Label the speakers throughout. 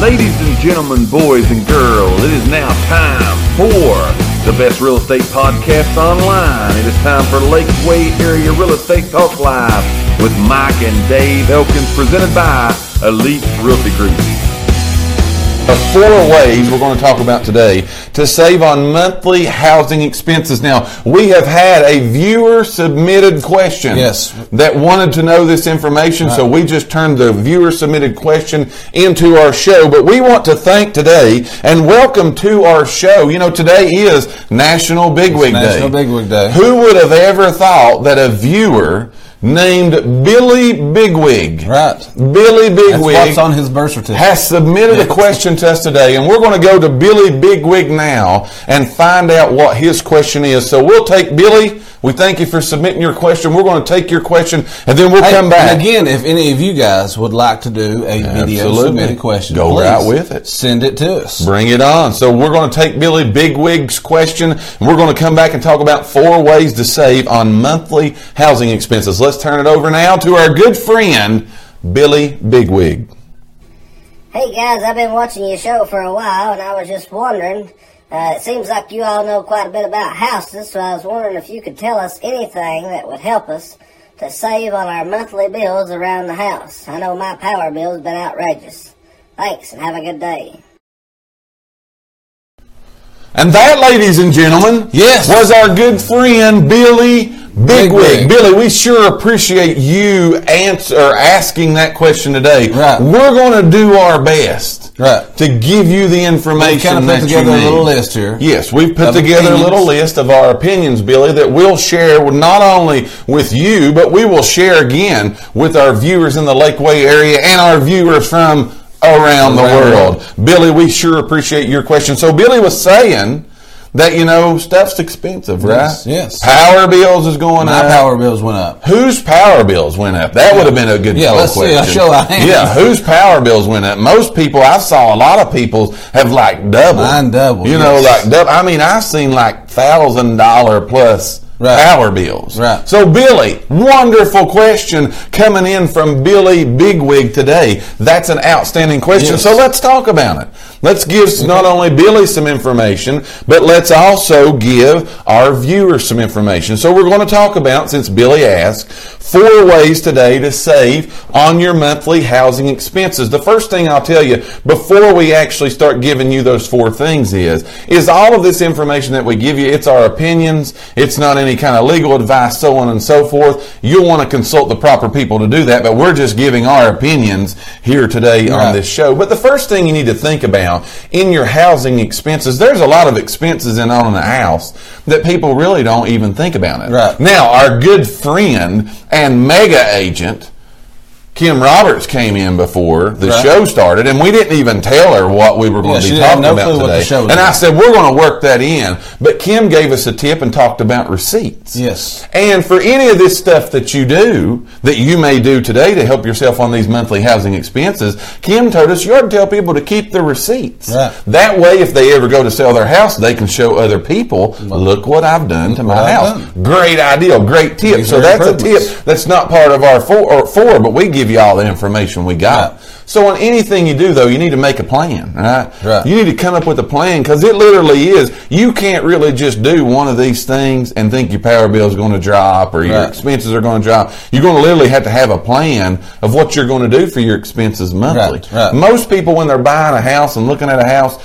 Speaker 1: Ladies and gentlemen, boys and girls, it is now time for the best real estate podcast online. It is time for Lakeway Area Real Estate Talk Live with Mike and Dave Elkins, presented by Elite Realty Group. Of four ways we're going to talk about today to save on monthly housing expenses. Now, we have had a viewer submitted question
Speaker 2: Yes.
Speaker 1: that wanted to know this information, so we just turned the viewer submitted question into our show. But we want to thank today and welcome to our show. You know, today is National Bigwig Day.
Speaker 2: National Bigwig Day.
Speaker 1: Who would have ever thought that a viewer named Billy Bigwig,
Speaker 2: Right.
Speaker 1: Billy Bigwig,
Speaker 2: That's what's on his birth certificate.
Speaker 1: has submitted a question to us today, and we're going to go to Billy Bigwig now and find out what his question is. So we'll take Billy. We thank you for submitting your question. We're going to take your question, and then we'll
Speaker 2: Hey,
Speaker 1: come back.
Speaker 2: and again, if any of you guys would like to do a video
Speaker 1: Absolutely.
Speaker 2: submitted question,
Speaker 1: Go
Speaker 2: please
Speaker 1: right with it.
Speaker 2: Send it to us.
Speaker 1: Bring it on. So we're going to take Billy Bigwig's question, and we're going to come back and talk about four ways to save on monthly housing expenses. Let's turn it over now to our good friend Billy Bigwig.
Speaker 3: Hey guys, I've been watching your show for a while, and I was just wondering. Uh, it seems like you all know quite a bit about houses, so I was wondering if you could tell us anything that would help us to save on our monthly bills around the house. I know my power bill's been outrageous. Thanks, and have a good day.
Speaker 1: And that, ladies and gentlemen,
Speaker 2: Yes.
Speaker 1: was our good friend Billy Bigwig.
Speaker 2: Bigwig.
Speaker 1: Billy, we sure appreciate you answer or asking that question today.
Speaker 2: Right.
Speaker 1: We're going to do our best
Speaker 2: Right.
Speaker 1: to give you the
Speaker 2: We
Speaker 1: information
Speaker 2: kind of put
Speaker 1: that
Speaker 2: together
Speaker 1: you
Speaker 2: a
Speaker 1: need.
Speaker 2: little list here.
Speaker 1: Yes, we've put
Speaker 2: Of
Speaker 1: together a little
Speaker 2: opinions.
Speaker 1: list of our opinions, Billy, that we'll share with- not only with you, but we will share again with our viewers in the Lakeway area and our viewers from around the
Speaker 2: Around the
Speaker 1: world. Billy, we sure appreciate your question. So, Billy was saying that, you know, stuff's expensive, right?
Speaker 2: Yes, yes.
Speaker 1: Power bills is going
Speaker 2: My
Speaker 1: up.
Speaker 2: power bills went up.
Speaker 1: Whose power bills went up? That would have been a good
Speaker 2: Yeah,
Speaker 1: poll
Speaker 2: let's see a
Speaker 1: question.
Speaker 2: show of hands.
Speaker 1: Yeah, whose power bills went up? Most people I saw a lot of people have like doubled.
Speaker 2: Mine doubled,
Speaker 1: You know,
Speaker 2: yes.
Speaker 1: like double. I mean, I've seen like thousand dollar plus
Speaker 2: Right.
Speaker 1: power bills.
Speaker 2: Right.
Speaker 1: So Billy, wonderful question coming in from Billy Bigwig today. That's an outstanding question.
Speaker 2: Yes.
Speaker 1: So let's talk about it. Let's give not only Billy some information, but let's also give our viewers some information. So we're going to talk about, since Billy asked, four ways today to save on your monthly housing expenses. The first thing I'll tell you before we actually start giving you those four things is, is all of this information that we give you, it's our opinions. It's not any kind of legal advice, so on and so forth. You'll want to consult the proper people to do that, but we're just giving our opinions here today on
Speaker 2: Right.
Speaker 1: this show. But the first thing you need to think about in your housing expenses, there's a lot of expenses in owning a house that people really don't even think about it.
Speaker 2: Right.
Speaker 1: Now, our good friend and mega agent, Kim Roberts came in before the
Speaker 2: Right.
Speaker 1: show started, and we didn't even tell her what we were going
Speaker 2: Yeah,
Speaker 1: to
Speaker 2: she
Speaker 1: be
Speaker 2: didn't have
Speaker 1: talking
Speaker 2: no
Speaker 1: about
Speaker 2: clue what the
Speaker 1: today.
Speaker 2: show was
Speaker 1: and I
Speaker 2: about.
Speaker 1: said we're going to work that in, but Kim gave us a tip and talked about receipts.
Speaker 2: Yes.
Speaker 1: And for any of this stuff that you do, that you may do today to help yourself on these monthly housing expenses, Kim told us you ought to tell people to keep the receipts.
Speaker 2: Right.
Speaker 1: That way, if they ever go to sell their house, they can show other people, look what I've done to my
Speaker 2: what I've
Speaker 1: house. Great idea, great tip.
Speaker 2: These
Speaker 1: so
Speaker 2: are
Speaker 1: that's a
Speaker 2: improvements.
Speaker 1: tip that's not part of our four, or four, but we give you all the information we got.
Speaker 2: Right.
Speaker 1: So on anything you do, though, you need to make a plan, right?
Speaker 2: Right.
Speaker 1: You need to come up with a plan because it literally is. You can't really just do one of these things and think your power bill is going to drop or your
Speaker 2: Right.
Speaker 1: expenses are going to drop. You're going to literally have to have a plan of what you're going to do for your expenses monthly.
Speaker 2: Right, right.
Speaker 1: Most people, when they're buying a house and looking at a house,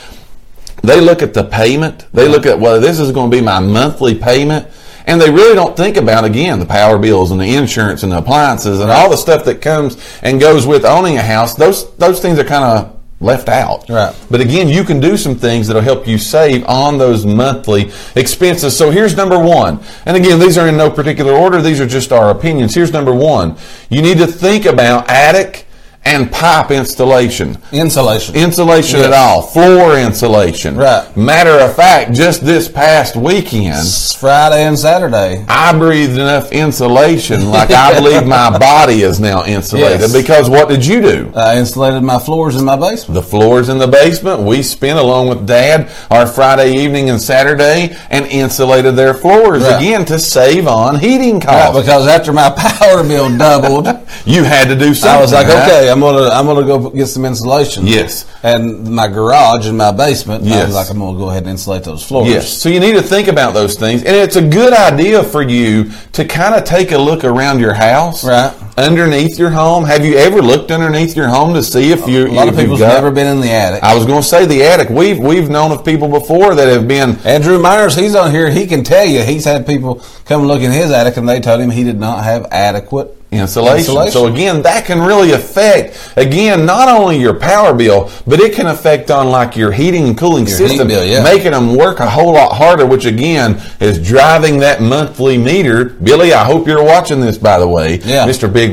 Speaker 1: they look at the payment. They look at well, this is going to be my monthly payment, and they really don't think about again the power bills and the insurance and the appliances and all the stuff that comes and goes with owning a house. Those those things are kind of left out.
Speaker 2: Right.
Speaker 1: But again, you can do some things that'll help you save on those monthly expenses. So here's number one. And again, these are in no particular order. These are just our opinions. Here's number one. You need to think about attic and pipe installation
Speaker 2: Insulation.
Speaker 1: insulation at
Speaker 2: Yes.
Speaker 1: all, floor insulation.
Speaker 2: Right.
Speaker 1: Matter of fact, just this past weekend,
Speaker 2: It's Friday and Saturday.
Speaker 1: I breathed enough insulation like I believe my body is now insulated.
Speaker 2: Yes.
Speaker 1: Because what did you do?
Speaker 2: I insulated my floors in my basement.
Speaker 1: The floors in the basement, we spent along with Dad our Friday evening and Saturday and insulated their floors
Speaker 2: Right.
Speaker 1: again to save on heating
Speaker 2: Right,
Speaker 1: costs.
Speaker 2: because after my power bill doubled,
Speaker 1: you had to do something.
Speaker 2: I was like,
Speaker 1: right?
Speaker 2: okay, I'm I'm gonna I'm gonna go get some insulation.
Speaker 1: Yes.
Speaker 2: And my garage and my basement. I
Speaker 1: Yes.
Speaker 2: was like I'm gonna go ahead and insulate those floors.
Speaker 1: Yes. So you need to think about those things. And it's a good idea for you to kind of take a look around your house.
Speaker 2: Right.
Speaker 1: Underneath your home. Have you ever looked underneath your home to see if you
Speaker 2: A lot of
Speaker 1: if you've
Speaker 2: people's
Speaker 1: got-
Speaker 2: never been in the attic.
Speaker 1: I was going to say the attic. We've we've known of people before that have been
Speaker 2: Andrew Myers, he's on here. He can tell you he's had people come look in his attic, and they told him he did not have adequate
Speaker 1: insulation.
Speaker 2: Insulation.
Speaker 1: So again, that can really affect again not only your power bill, but it can affect on like your heating and cooling
Speaker 2: Your heat
Speaker 1: system,
Speaker 2: bill, yeah.
Speaker 1: making them work a whole lot harder. Which again is driving that monthly meter. Billy, I hope you're watching this by the way,
Speaker 2: Yeah.
Speaker 1: Mr. Bigwig.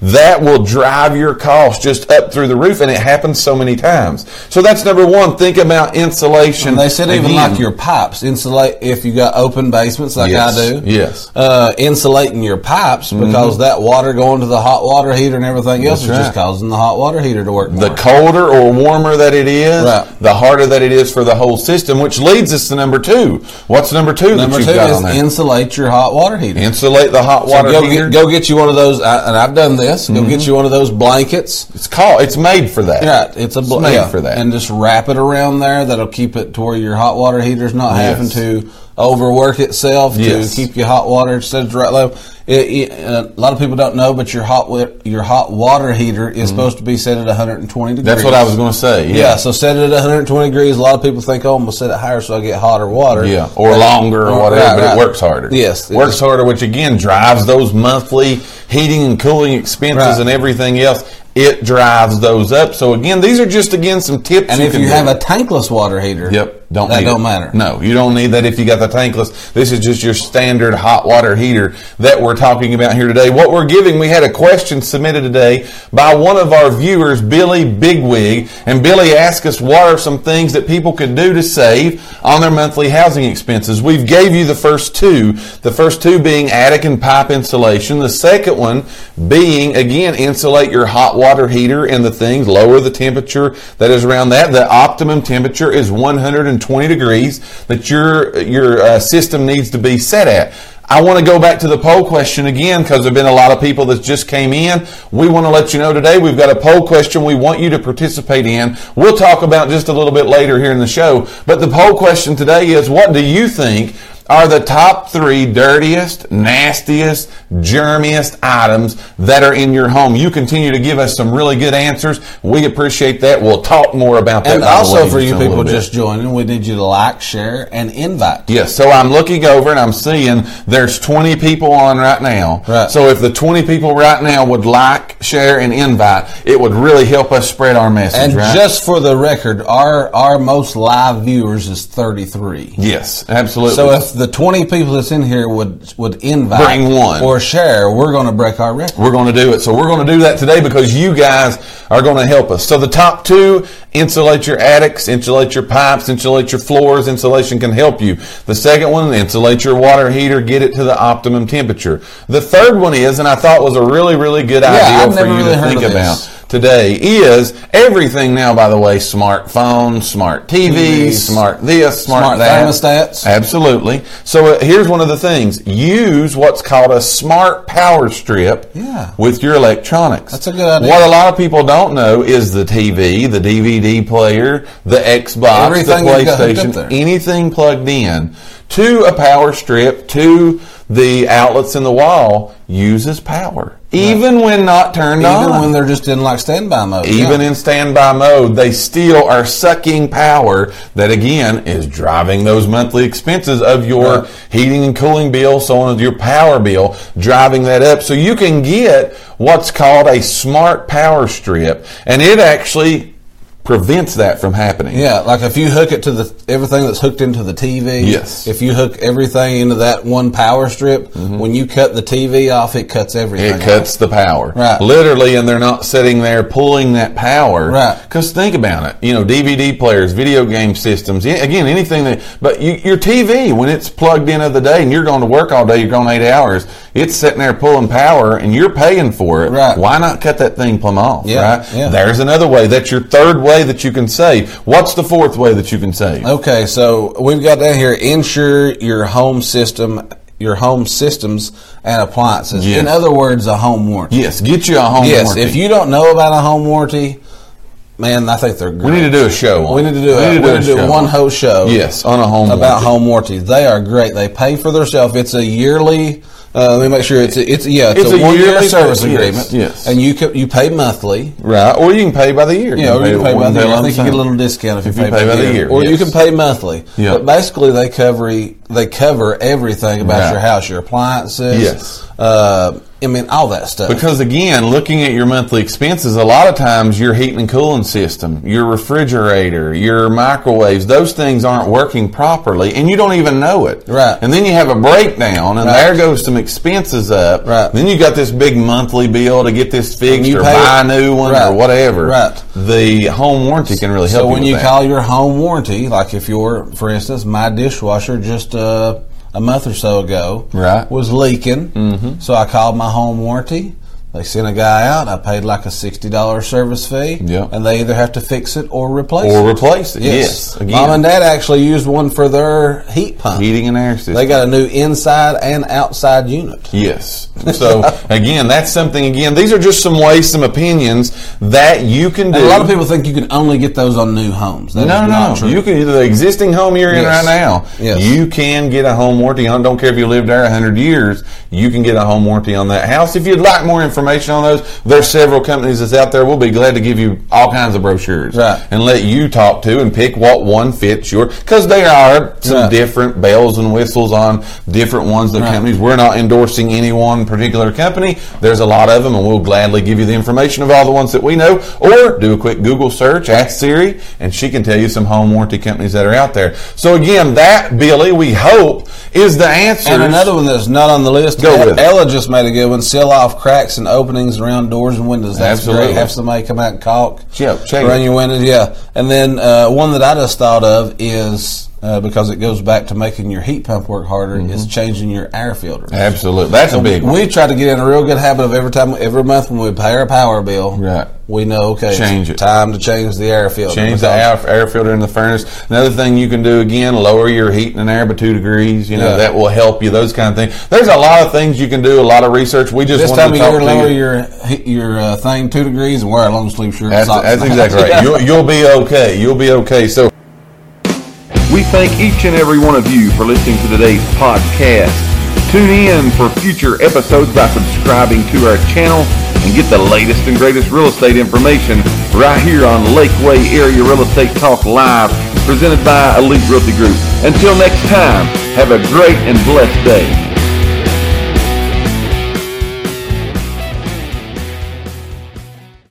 Speaker 1: That will drive your cost just up through the roof, and it happens so many times. So that's number one. Think about insulation.
Speaker 2: And they said even
Speaker 1: Again,
Speaker 2: like your pipes insulate if you got open basements like
Speaker 1: Yes,
Speaker 2: I do.
Speaker 1: yes. Mm-hmm.
Speaker 2: uh, insulating your pipes because that water going to the hot water heater and everything else
Speaker 1: That's
Speaker 2: is
Speaker 1: right.
Speaker 2: just causing the hot water heater to work more.
Speaker 1: the colder or warmer that it is,
Speaker 2: Right.
Speaker 1: the harder that it is for the whole system, which leads us to number two. What's number two
Speaker 2: Number
Speaker 1: that
Speaker 2: two
Speaker 1: you've got on
Speaker 2: is
Speaker 1: there?
Speaker 2: insulate your hot water heater.
Speaker 1: Insulate the hot
Speaker 2: So
Speaker 1: water
Speaker 2: go,
Speaker 1: heater. Mm-hmm.
Speaker 2: get, go get you one of those, I, and I've done this. Go get you one of those blankets.
Speaker 1: It's called. It's made for that.
Speaker 2: Right, it's a
Speaker 1: It's
Speaker 2: blanket
Speaker 1: made for that.
Speaker 2: and just wrap it around there. That'll keep it to where your hot water heater's not
Speaker 1: Yes.
Speaker 2: having to overwork itself
Speaker 1: Yes.
Speaker 2: to keep your hot water stays right low. It, it, a lot of people don't know, but your hot wa- your hot water heater is supposed to be set at 120 degrees.
Speaker 1: Mm-hmm. That's what I was going to say.
Speaker 2: Yeah, so set it at 120 degrees. A lot of people think, oh, I'm going to set it higher so I get hotter water.
Speaker 1: Yeah, or longer or
Speaker 2: Right,
Speaker 1: whatever, but
Speaker 2: right.
Speaker 1: it works harder.
Speaker 2: Yes, it
Speaker 1: works
Speaker 2: just-
Speaker 1: harder, which again drives those monthly heating and cooling expenses
Speaker 2: Right.
Speaker 1: and everything else. It drives those up. So again, these are just again some tips.
Speaker 2: And if
Speaker 1: can
Speaker 2: you
Speaker 1: do.
Speaker 2: have a tankless water heater,
Speaker 1: Yep. Don't
Speaker 2: that
Speaker 1: need
Speaker 2: don't
Speaker 1: it.
Speaker 2: matter.
Speaker 1: No, you don't need that if you got the tankless. This is just your standard hot water heater that we're talking about here today. What we're giving, we had a question submitted today by one of our viewers, Billy Bigwig, and Billy asked us what are some things that people could do to save on their monthly housing expenses. We've gave you the first two, the first two being attic and pipe insulation, the second one being again insulate your hot water heater and the things, lower the temperature that is around that. The optimum temperature is 120 degrees that your your uh, system needs to be set at. I want to go back to the poll question again because there've been a lot of people that just came in. We want to let you know today we've got a poll question we want you to participate in. We'll talk about just a little bit later here in the show, but the poll question today is what do you think are the top three dirtiest, nastiest, germiest items that are in your home. You continue to give us some really good answers. We appreciate that. We'll talk more about that.
Speaker 2: And
Speaker 1: by the
Speaker 2: also
Speaker 1: way,
Speaker 2: for you
Speaker 1: in a little
Speaker 2: people
Speaker 1: bit.
Speaker 2: just joining, we need you to like, share, and invite.
Speaker 1: Yes, so I'm looking over and I'm seeing there's 20 people on right now.
Speaker 2: Right.
Speaker 1: So if the 20 people right now would like, share, and invite, it would really help us spread our message.
Speaker 2: And
Speaker 1: right?
Speaker 2: just for the record, our our most live viewers is 33.
Speaker 1: yes, absolutely.
Speaker 2: So if the 20 people that's in here would would invite
Speaker 1: Bring one.
Speaker 2: or share, we're going to break our record.
Speaker 1: We're going to do it. So we're going to do that today because you guys are going to help us. So the top two, insulate your attics, insulate your pipes, insulate your floors. Insulation can help you. The second one, insulate your water heater, get it to the optimum temperature. The third one is, and I thought was a really, really good
Speaker 2: I've
Speaker 1: idea for
Speaker 2: never
Speaker 1: you
Speaker 2: really
Speaker 1: to
Speaker 2: heard
Speaker 1: think
Speaker 2: of
Speaker 1: about
Speaker 2: this.
Speaker 1: today is everything now, by the way, smartphones, smart TVs,
Speaker 2: TVs,
Speaker 1: smart this, smart,
Speaker 2: smart
Speaker 1: that.
Speaker 2: thermostats.
Speaker 1: Absolutely. So uh, here's one of the things. Use what's called a smart power strip
Speaker 2: Yeah.
Speaker 1: with your electronics.
Speaker 2: That's a good idea.
Speaker 1: What a lot of people don't know is the TV, the DVD player, the Xbox,
Speaker 2: Everything
Speaker 1: the
Speaker 2: you've got hooked up
Speaker 1: PlayStation,
Speaker 2: there.
Speaker 1: anything plugged in to a power strip, to the outlets in the wall, uses power. Even when not turned on.
Speaker 2: Even when they're just in like standby mode.
Speaker 1: Even
Speaker 2: yeah.
Speaker 1: in standby mode, they still are sucking power that again is driving those monthly expenses of your
Speaker 2: Right.
Speaker 1: heating and cooling bill, so on your power bill, driving that up. So you can get what's called a smart power strip, and it actually prevents that from happening.
Speaker 2: Yeah, like if you hook it to the everything that's hooked into the TV.
Speaker 1: Yes. Mm-hmm.
Speaker 2: If you hook everything into that one power strip, when you cut the TV off, it cuts everything.
Speaker 1: It cuts the power.
Speaker 2: Right.
Speaker 1: Literally, and they're not sitting there pulling that power.
Speaker 2: Right.
Speaker 1: Because think about it. You know, DVD players, video game systems, yeah, again, anything that, but you, your TV, when it's plugged in of the day and you're going to work all day, you're going eight hours, it's sitting there pulling power and you're paying for it.
Speaker 2: Right.
Speaker 1: Why not cut that thing plumb off?
Speaker 2: Yeah,
Speaker 1: Right.
Speaker 2: yeah.
Speaker 1: There's another way. That's your third way that you can save. What's the
Speaker 2: Uh,
Speaker 1: fourth way that you can save?
Speaker 2: Okay, so we've got down here insure your home system your home systems and appliances.
Speaker 1: Yes.
Speaker 2: In other words, a home warranty.
Speaker 1: Yes, get you a home
Speaker 2: yes,
Speaker 1: warranty.
Speaker 2: if you don't know about a home warranty, man, I think they're great.
Speaker 1: we need to do a show on
Speaker 2: We
Speaker 1: it.
Speaker 2: need to do, a,
Speaker 1: need to
Speaker 2: we need to do
Speaker 1: show
Speaker 2: one
Speaker 1: on it.
Speaker 2: whole show.
Speaker 1: Yes, on a home
Speaker 2: about
Speaker 1: warranty.
Speaker 2: home warranties. They are great. They pay for themselves. It's a yearly. Uh, let me make sure it's a, it's yeah it's,
Speaker 1: It's
Speaker 2: a,
Speaker 1: a
Speaker 2: one year
Speaker 1: yearly
Speaker 2: service
Speaker 1: thing. Yes,
Speaker 2: agreement.
Speaker 1: yes.
Speaker 2: and you can, you pay monthly.
Speaker 1: Right, or you can pay by the year.
Speaker 2: Yeah, or you can pay by
Speaker 1: one
Speaker 2: the
Speaker 1: bill
Speaker 2: year. I
Speaker 1: lump
Speaker 2: think you
Speaker 1: sum.
Speaker 2: get a little discount if you,
Speaker 1: you pay by the year,
Speaker 2: or you
Speaker 1: yes.
Speaker 2: can pay monthly.
Speaker 1: Yeah.
Speaker 2: But basically, they cover e, they cover everything about
Speaker 1: Right.
Speaker 2: your house, your appliances.
Speaker 1: Yes.
Speaker 2: uh, I mean all that stuff.
Speaker 1: Because again, looking at your monthly expenses, a lot of times your heating and cooling system, your refrigerator, your microwaves, those things aren't working properly and you don't even know it.
Speaker 2: Right.
Speaker 1: And then you have a breakdown and
Speaker 2: Right.
Speaker 1: there goes some expenses up.
Speaker 2: Right.
Speaker 1: Then you got this big monthly bill to get this fixed
Speaker 2: you
Speaker 1: or
Speaker 2: pay
Speaker 1: buy
Speaker 2: it.
Speaker 1: a new one
Speaker 2: Right.
Speaker 1: or whatever.
Speaker 2: Right.
Speaker 1: The home warranty can really help
Speaker 2: So when
Speaker 1: with
Speaker 2: you
Speaker 1: that.
Speaker 2: call your home warranty, like if your, for instance, my dishwasher just uh, a month or so ago
Speaker 1: Right.
Speaker 2: was leaking, mm-hmm. so I called my home warranty. They sent a guy out. I paid like a sixty dollars service fee,
Speaker 1: Yeah.
Speaker 2: and they either have to fix it or replace
Speaker 1: or
Speaker 2: it.
Speaker 1: replace it. Yes. Again,
Speaker 2: mom and dad actually used one for their heat pump.
Speaker 1: heating and air system.
Speaker 2: They got a new inside and outside unit.
Speaker 1: Yes. So again, that's something. Again, these are just some ways, some opinions that you can do.
Speaker 2: And a lot of people think you can only get those on new homes. That is
Speaker 1: No,
Speaker 2: not
Speaker 1: no,
Speaker 2: true.
Speaker 1: you can the existing home you're in
Speaker 2: Yes.
Speaker 1: right now.
Speaker 2: Yes.
Speaker 1: You can get a home warranty on. Don't care if you lived there hundred years. You can get a home warranty on that house. If you'd like more information on those, there's several companies that's out there. We'll be glad to give you all kinds of brochures
Speaker 2: Right.
Speaker 1: and let you talk to and pick what one fits your. Because there are some
Speaker 2: Right.
Speaker 1: different bells and whistles on different ones. The
Speaker 2: Right.
Speaker 1: companies we're not endorsing any one particular company. There's a lot of them, and we'll gladly give you the information of all the ones that we know. Or do a quick Google search, ask Siri, and she can tell you some home warranty companies that are out there. So again, that Billy, we hope is the answer.
Speaker 2: And another one that's not on the list.
Speaker 1: Go with it.
Speaker 2: Ella just made a good one. Seal off cracks and openings around doors and windows. That's
Speaker 1: Absolutely.
Speaker 2: great. Have somebody come out and caulk.
Speaker 1: Yeah, check
Speaker 2: Around
Speaker 1: it.
Speaker 2: your windows. Yeah. And then uh, one that I just thought of is uh, because it goes back to making your heat pump work harder
Speaker 1: Mm-hmm.
Speaker 2: is changing your air filter.
Speaker 1: Absolutely, that's a big one.
Speaker 2: We try to get in a real good habit of every time, every month when we pay our power bill,
Speaker 1: Right.
Speaker 2: We know okay, it's
Speaker 1: Change it.
Speaker 2: Time to change the air filter.
Speaker 1: Change the
Speaker 2: because-
Speaker 1: air, air filter in the furnace. Another thing you can do again, lower your heating and air by two degrees. You know
Speaker 2: Yeah.
Speaker 1: that will help you. Those kind of things. There's a lot of things you can do. A lot of research. We just
Speaker 2: This
Speaker 1: wanted
Speaker 2: time
Speaker 1: to
Speaker 2: of
Speaker 1: talk
Speaker 2: year,
Speaker 1: to
Speaker 2: lower
Speaker 1: you.
Speaker 2: your your uh, thing two degrees and wear a long sleeve shirt. and
Speaker 1: That's,
Speaker 2: socks.
Speaker 1: that's exactly right. You'll, you'll be okay. You'll be okay. So
Speaker 4: We thank each and every one of you for listening to today's podcast. Tune in for future episodes by subscribing to our channel and get the latest and greatest real estate information right here on Lakeway Area Real Estate Talk Live, presented by Elite Realty Group. Until next time, have a great and blessed day.